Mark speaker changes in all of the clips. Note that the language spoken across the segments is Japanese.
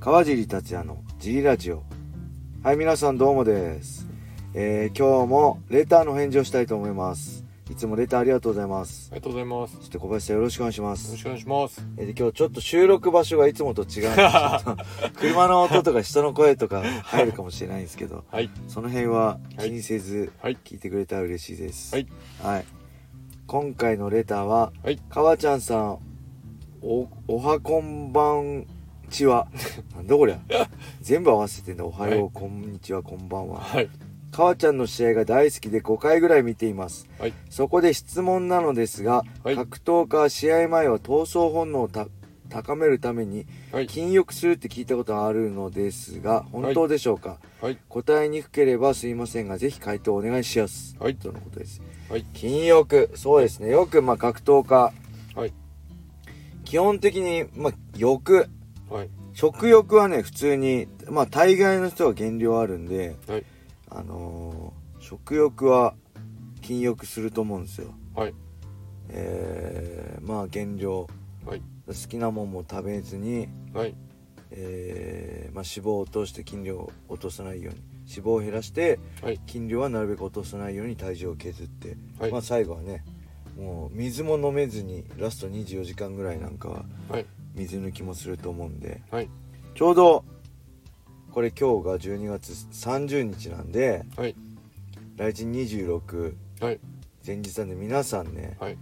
Speaker 1: 川尻達也の G ラジオはい皆さんどうもです、えー今日もレターの返事をしたいと思いますいつもレターありがとうございます
Speaker 2: ありがとうございます。よ
Speaker 1: そして小林さんよろしくお願いしま
Speaker 2: ろ
Speaker 1: す
Speaker 2: しくお願いします。
Speaker 1: えーで今日ちょっと収録場所がいつもと 違うんでちょっと車の音とか人の声とか入るかもしれないんですけど
Speaker 2: はい。
Speaker 1: その辺は気にせず
Speaker 2: はい
Speaker 1: 聞いてくれたら嬉しいです
Speaker 2: はい、
Speaker 1: はい今回のレターは
Speaker 2: はい。
Speaker 1: かわちゃんさんおおはこんばんちは なんだこ りゃ全部合わせてんだおはよう、
Speaker 2: はい
Speaker 1: こんにちはこんばんは
Speaker 2: はい。
Speaker 1: かわちゃんの試合が大好きで5回ぐらい見ています
Speaker 2: はい。
Speaker 1: そこで質問なのですが、
Speaker 2: はい
Speaker 1: 格闘家は試合前は闘争本能をた高めるために
Speaker 2: はい。
Speaker 1: 禁欲するって聞いたことがあるのですが本当でしょうか、
Speaker 2: はい。
Speaker 1: 答えにくければすいませんがぜひ回答お願いします、
Speaker 2: はい
Speaker 1: とのことです、
Speaker 2: はい
Speaker 1: 禁欲そうですねよくまあ格闘家
Speaker 2: はい。
Speaker 1: 基本的にまあ欲
Speaker 2: はい。
Speaker 1: 食欲はね普通にまあ大概の人は減量あるんで
Speaker 2: はい。
Speaker 1: あのー食欲は禁欲すると思うんですよ
Speaker 2: はい。
Speaker 1: えー、まあ減量
Speaker 2: はい。
Speaker 1: 好きなもんも食べずに、
Speaker 2: はい。
Speaker 1: えーまあ、脂肪を落として筋量を落とさないように脂肪を減らして
Speaker 2: はい。
Speaker 1: 筋量はなるべく落とさないように体重を削って、
Speaker 2: はい
Speaker 1: まあ最後はねもう水も飲めずにラスト24時間ぐらいなんかは
Speaker 2: はい。
Speaker 1: 水抜きもすると思うんで
Speaker 2: はい。
Speaker 1: ちょうどこれ今日が12月30日なんで
Speaker 2: はい。
Speaker 1: 来日26
Speaker 2: はい。
Speaker 1: 前日なんで皆さんね
Speaker 2: はい。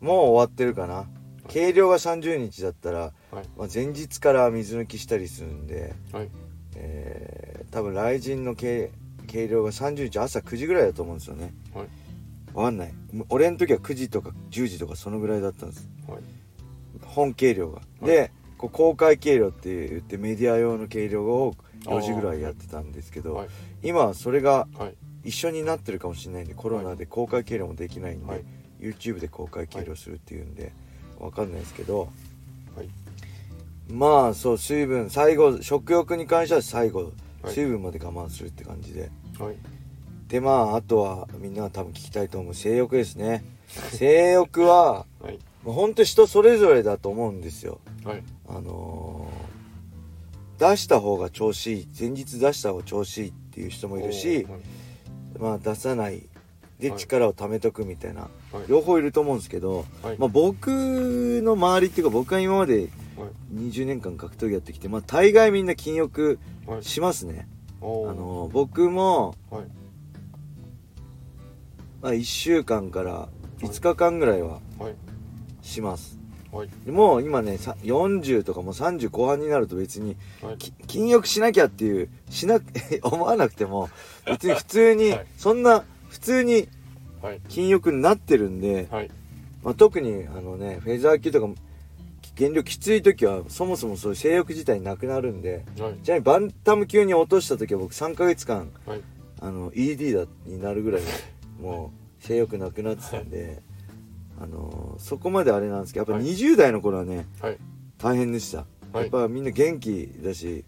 Speaker 1: もう終わってるかな計量が30日だったら、
Speaker 2: はい。
Speaker 1: まあ、前日から水抜きしたりするんで、
Speaker 2: はい。
Speaker 1: えー多分来日の計計量が30日朝9時ぐらいだと思うんですよね
Speaker 2: はい。
Speaker 1: わかんない俺の時は9時とか10時とかそのぐらいだったんです
Speaker 2: はい。
Speaker 1: 本計量が、
Speaker 2: い
Speaker 1: でこう公開計量って言ってメディア用の計量を4時ぐらいやってたんですけど、
Speaker 2: はい。
Speaker 1: 今はそれが
Speaker 2: はい。
Speaker 1: 一緒になってるかもしれないんでコロナで公開計量もできないんで、
Speaker 2: はい
Speaker 1: YouTube で公開計量するっていうんで、わかんないですけど
Speaker 2: はい。
Speaker 1: まあそう水分最後食欲に関しては最後、
Speaker 2: はい
Speaker 1: 水分まで我慢するって感じで
Speaker 2: はい。
Speaker 1: でまああとはみんな多分聞きたいと思う性欲ですね性欲は
Speaker 2: はい。
Speaker 1: もうほんと人それぞれだと思うんですよ
Speaker 2: はい。
Speaker 1: あのー出した方が調子いい前日出した方が調子いいっていう人もいるし、まあ、出さないで
Speaker 2: はい
Speaker 1: 力を貯めとくみたいな、
Speaker 2: はい。
Speaker 1: 両方いると思うんですけど、
Speaker 2: はい。
Speaker 1: まあ、僕の周りっていうか僕は今まで
Speaker 2: はい。
Speaker 1: 20年間格闘技やってきて、まあ、大概みんな禁欲
Speaker 2: はい。
Speaker 1: しますね、
Speaker 2: おー
Speaker 1: あのー僕も、
Speaker 2: はい。
Speaker 1: まあ、1週間から5日間ぐらいは
Speaker 2: はい。
Speaker 1: します
Speaker 2: はい。
Speaker 1: でもう今ねさ40とかもう30後半になると別に
Speaker 2: はい。
Speaker 1: き禁欲しなきゃっていうしなく 思わなくても別に普通に、
Speaker 2: はい
Speaker 1: そんな普通に
Speaker 2: はい。
Speaker 1: 禁欲になってるんで、
Speaker 2: はい。
Speaker 1: まあ、特にあのねフェザー級とかも減量きつい時はそもそもそういう性欲自体なくなるんで
Speaker 2: はい。
Speaker 1: ちなみにバンタム級に落とした時は僕3ヶ月間
Speaker 2: はい。
Speaker 1: あの ED だになるぐらいもう性欲なくなってたんで、あのそこまであれなんですけどやっぱ
Speaker 2: はい
Speaker 1: 20代の頃はね
Speaker 2: はい。
Speaker 1: 大変でした、
Speaker 2: はい
Speaker 1: やっぱみんな元気だし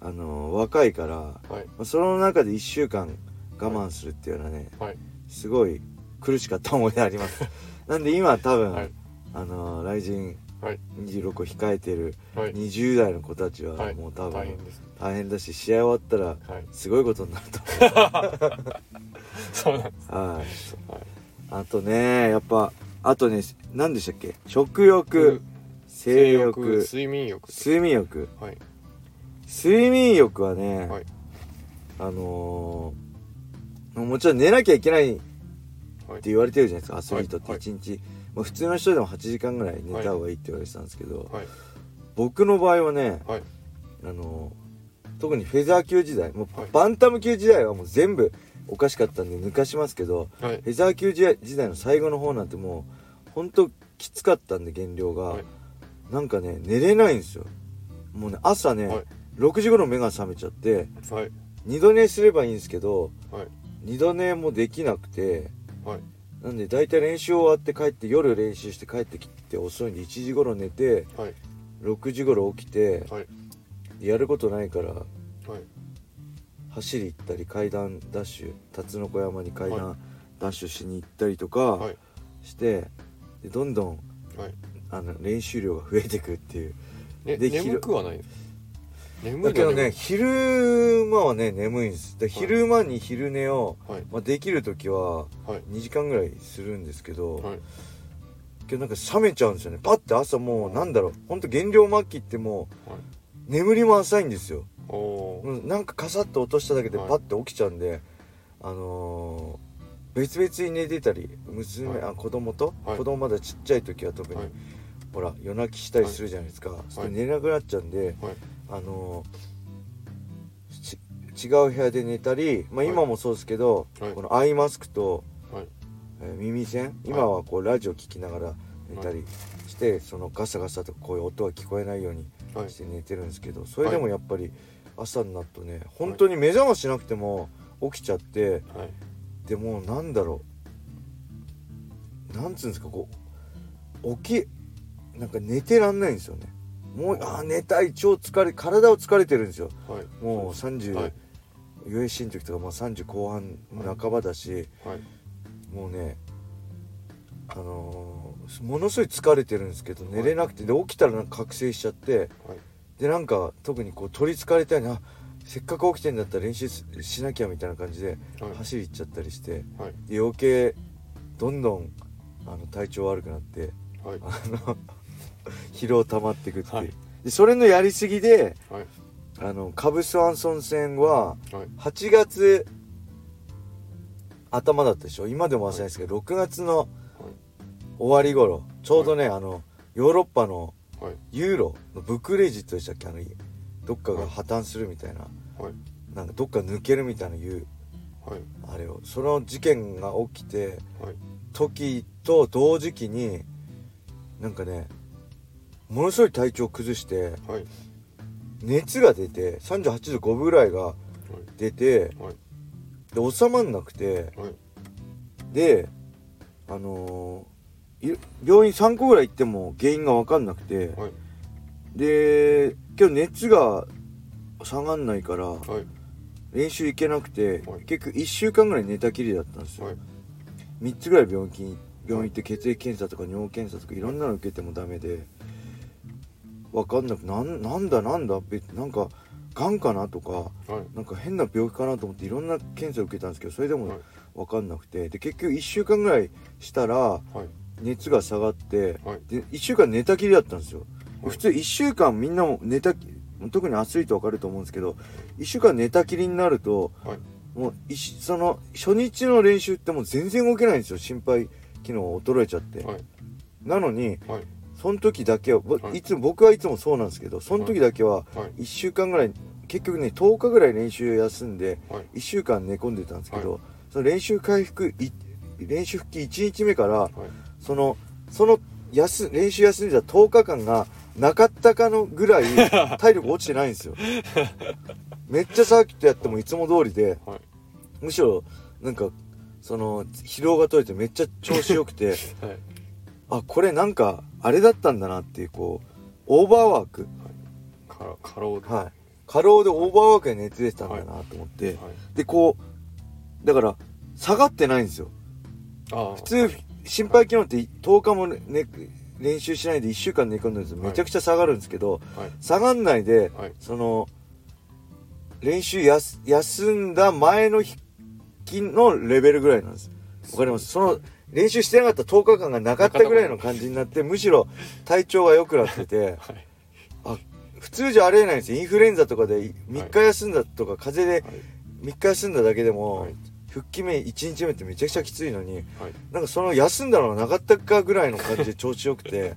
Speaker 1: あの若いから、ま
Speaker 2: はい。
Speaker 1: あ、その中で1週間我慢するっていうのはね、
Speaker 2: はい。
Speaker 1: すごい苦しかった思い出ありますなんで今多分、
Speaker 2: はい
Speaker 1: あの雷
Speaker 2: はい。
Speaker 1: 神26を控えてる
Speaker 2: はい。
Speaker 1: 20代の子たち
Speaker 2: は。
Speaker 1: はいもう多
Speaker 2: 大
Speaker 1: 分
Speaker 2: 変です。
Speaker 1: 大変だし試合終わったら
Speaker 2: はい。
Speaker 1: すごいことになると
Speaker 2: そうなんです。
Speaker 1: 思うはい
Speaker 2: はい。
Speaker 1: あとねやっぱあとね何でしたっけ食欲性欲
Speaker 2: 睡眠欲。
Speaker 1: 睡眠欲
Speaker 2: はい。
Speaker 1: 睡眠欲はね、
Speaker 2: はい。
Speaker 1: あのーもちろん寝なきゃいけない
Speaker 2: は
Speaker 1: っ
Speaker 2: い
Speaker 1: て。言われてるじゃないですかアスリートっ
Speaker 2: は
Speaker 1: て一
Speaker 2: い
Speaker 1: 日、まあ普通の人でも8時間ぐらい寝た方がいいって言われてたんですけど、
Speaker 2: はい。
Speaker 1: 僕の場合はね、
Speaker 2: はい。
Speaker 1: あの特にフェザー級時代もう
Speaker 2: はい
Speaker 1: バンタム級時代はもう全部おかしかったんで抜かしますけど
Speaker 2: はい
Speaker 1: フ。ェザー級時代時代の最後の方なんてもうほんときつかったんで減量が、
Speaker 2: はい。
Speaker 1: なんかね寝れないんですよもうね朝ね、
Speaker 2: はい
Speaker 1: 6時頃目が覚めちゃって
Speaker 2: はい。
Speaker 1: 二度寝すればいいんですけど
Speaker 2: はい。
Speaker 1: 二度寝もできなくて
Speaker 2: はい。
Speaker 1: なんで大体練習終わって帰って夜練習して帰ってきて遅いんで1時頃寝て
Speaker 2: はい。
Speaker 1: 6時頃起きて
Speaker 2: はい。
Speaker 1: やることないから
Speaker 2: はい。
Speaker 1: 走り行ったり階段ダッシュ辰の子山に階
Speaker 2: は
Speaker 1: 段ダッシュしに行ったりと
Speaker 2: は
Speaker 1: か
Speaker 2: い。
Speaker 1: して、でどんどん
Speaker 2: はい。
Speaker 1: あの練習量が増えてくっていう
Speaker 2: ね、
Speaker 1: できる
Speaker 2: 眠くはないんです。
Speaker 1: だ
Speaker 2: 眠い
Speaker 1: け
Speaker 2: の
Speaker 1: どね、昼間はね、眠いんです。で
Speaker 2: い
Speaker 1: 昼間に昼寝を、
Speaker 2: はい
Speaker 1: まあ、できる時は
Speaker 2: はい
Speaker 1: 2時間ぐらいするんですけど、
Speaker 2: はい
Speaker 1: けどなんか冷めちゃうんですよね。パッて朝もう、なんだろう、ほんと減量末期っても、
Speaker 2: はいう
Speaker 1: 眠りも浅いんですよ。
Speaker 2: おお
Speaker 1: うんなんかカサッと落としただけで
Speaker 2: はい
Speaker 1: パッて起きちゃうんで、あのー別々に寝てたり娘、
Speaker 2: はい
Speaker 1: あ子供と、
Speaker 2: はい
Speaker 1: 子供まだちっちゃい時は特に、
Speaker 2: はい
Speaker 1: ほら夜泣きしたりするじゃないですか、それ寝れなくなっちゃうんで、
Speaker 2: はい
Speaker 1: あのーち違う部屋で寝たり、まあ、
Speaker 2: はい
Speaker 1: 今もそうですけど、
Speaker 2: はい
Speaker 1: このアイマスクと、
Speaker 2: はい
Speaker 1: えー耳栓今はこうラジオ聞きながら寝たりして、そのガサガサとこういう音は聞こえないように
Speaker 2: はい
Speaker 1: して寝てるんですけどそれでもやっぱり朝になるとね本当に目覚ましなくても起きちゃって
Speaker 2: はい
Speaker 1: でもうなんだろうなんつうんですかこう起きなんか寝てらんないんですよねもうあー寝たい超疲れ体を疲れてるんですよ
Speaker 2: はい
Speaker 1: もう30、
Speaker 2: はい
Speaker 1: USC の時とかまあ30後半半ばだし
Speaker 2: はい
Speaker 1: もうねあのーものすごい疲れてるんですけど寝れなくてで起きたらなんか覚醒しちゃって
Speaker 2: はい
Speaker 1: でなんか特にこう取りつかれたいなせっかく起きてんだったら練習ししなきゃみたいな感じで
Speaker 2: はい
Speaker 1: 走り行っちゃったりして、
Speaker 2: はい
Speaker 1: で余計どんどんあの体調悪くなって
Speaker 2: はい
Speaker 1: あの 疲労溜まっていくっていう、
Speaker 2: はい
Speaker 1: でそれのやりすぎで
Speaker 2: はい
Speaker 1: あのカブスワンソン戦は
Speaker 2: はい
Speaker 1: 8月頭だったでしょ今でも忘れないですけど、6月の終わり頃ちょうどね、あのヨーロッパの
Speaker 2: はい
Speaker 1: ユーロのブクレジットでしたっけあのどっかが破綻するみたいな
Speaker 2: はい
Speaker 1: なんかどっか抜けるみたいな言う
Speaker 2: はい
Speaker 1: あれをその事件が起きて
Speaker 2: はい
Speaker 1: 時と同時期になんかねものすごい体調崩して
Speaker 2: はい
Speaker 1: 熱が出て38度5分ぐらいが出て
Speaker 2: はい
Speaker 1: で収まんなくて
Speaker 2: はい
Speaker 1: であのーい病院3個ぐらい行っても原因が分かんなくて
Speaker 2: はい
Speaker 1: で今日熱が下がんないから
Speaker 2: はい
Speaker 1: 練習行けなくて
Speaker 2: はい
Speaker 1: 結局1週間ぐらい寝たきりだったんですよ、
Speaker 2: はい
Speaker 1: 3つぐらい病気病院行って血液検査とか尿検査とかいろんなの受けてもダメで分かんなくなんなんだなんだべなんかがんかなとか
Speaker 2: はい
Speaker 1: なんか変な病気かなと思っていろんな検査受けたんですけどそれで
Speaker 2: はい
Speaker 1: も分かんなくてで結局1週間ぐらいしたら
Speaker 2: はい
Speaker 1: 熱が下がって
Speaker 2: はい
Speaker 1: で1週間寝たきりだったんですよ、
Speaker 2: はい
Speaker 1: 普通1週間みんなも寝たき特にアスリート分かると思うんですけど1週間寝たきりになると
Speaker 2: はい
Speaker 1: もういしその初日の練習ってもう全然動けないんですよ心肺機能衰えちゃって、
Speaker 2: はい
Speaker 1: なのに
Speaker 2: はい
Speaker 1: その時だけは、ぼ
Speaker 2: はい
Speaker 1: い、つも僕はいつもそうなんですけどその時だけは
Speaker 2: はい
Speaker 1: 1週間ぐらい結局ね10日ぐらい練習休んで
Speaker 2: はい
Speaker 1: 1週間寝込んでたんですけど、
Speaker 2: は
Speaker 1: その練習回復い練習復帰1日目から
Speaker 2: はい
Speaker 1: そのその休練習休んでた10日間がなかったかのぐらい体力落ちてないんですよめっちゃサーキットやってもいつも通りで
Speaker 2: はい
Speaker 1: むしろなんかその疲労が取れてめっちゃ調子よくて
Speaker 2: はい
Speaker 1: あこれなんかあれだったんだなっていうこうオーバーワーク
Speaker 2: か過労では
Speaker 1: はい過労でオーバーワークで熱出てたんだなと思って、
Speaker 2: い
Speaker 1: でこうだから下がってないんですよ
Speaker 2: ああ
Speaker 1: 普通心肺機能って10日も、ね、練習しないで1週間寝込んでるとめちゃくちゃ下がるんですけど、
Speaker 2: はい
Speaker 1: 下がんないで、
Speaker 2: はい
Speaker 1: その練習やす休んだ前の日のレベルぐらいなんですわかりますその練習してなかった10日間がなかったぐらいの感じになってむしろ体調が良くなってて
Speaker 2: はい
Speaker 1: あ普通じゃありえないんですよインフルエンザとかで3日休んだとか風邪で
Speaker 2: はい
Speaker 1: 3日休んだだけでも、
Speaker 2: はい
Speaker 1: 復帰目1日目ってめちゃくちゃきついのに
Speaker 2: はい
Speaker 1: なんかその休んだのがなかったかぐらいの感じで調子よくて、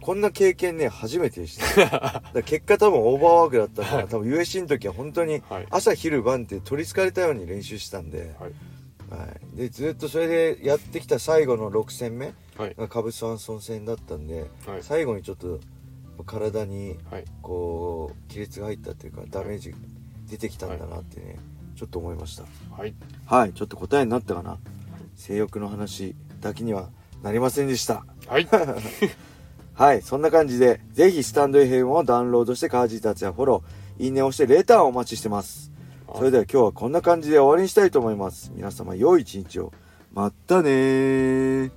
Speaker 1: こんな経験ね初めてでしただから結果多分オーバーワークだったから、多分 USC の時は本当に
Speaker 2: はい
Speaker 1: 朝昼晩って取りつかれたように練習してたんで,、
Speaker 2: はい
Speaker 1: はい、でずっとそれでやってきた最後の6戦目
Speaker 2: はい
Speaker 1: がカブスワンソン戦だったんで、
Speaker 2: はい
Speaker 1: 最後にちょっと体に
Speaker 2: はい
Speaker 1: こう亀裂が入ったというかダメージ出てきたんだなってね、ちょっと思いました。
Speaker 2: はい
Speaker 1: はい、ちょっと答えになったかな。性欲の話だけにはなりませんでした。
Speaker 2: はい
Speaker 1: はい、そんな感じで、ぜひスタンド FM をダウンロードして、カージー達やフォロー、いいねをして、レターをお待ちしてます。それでは今日はこんな感じで終わりにしたいと思います。皆様、良い一日を。まったねー。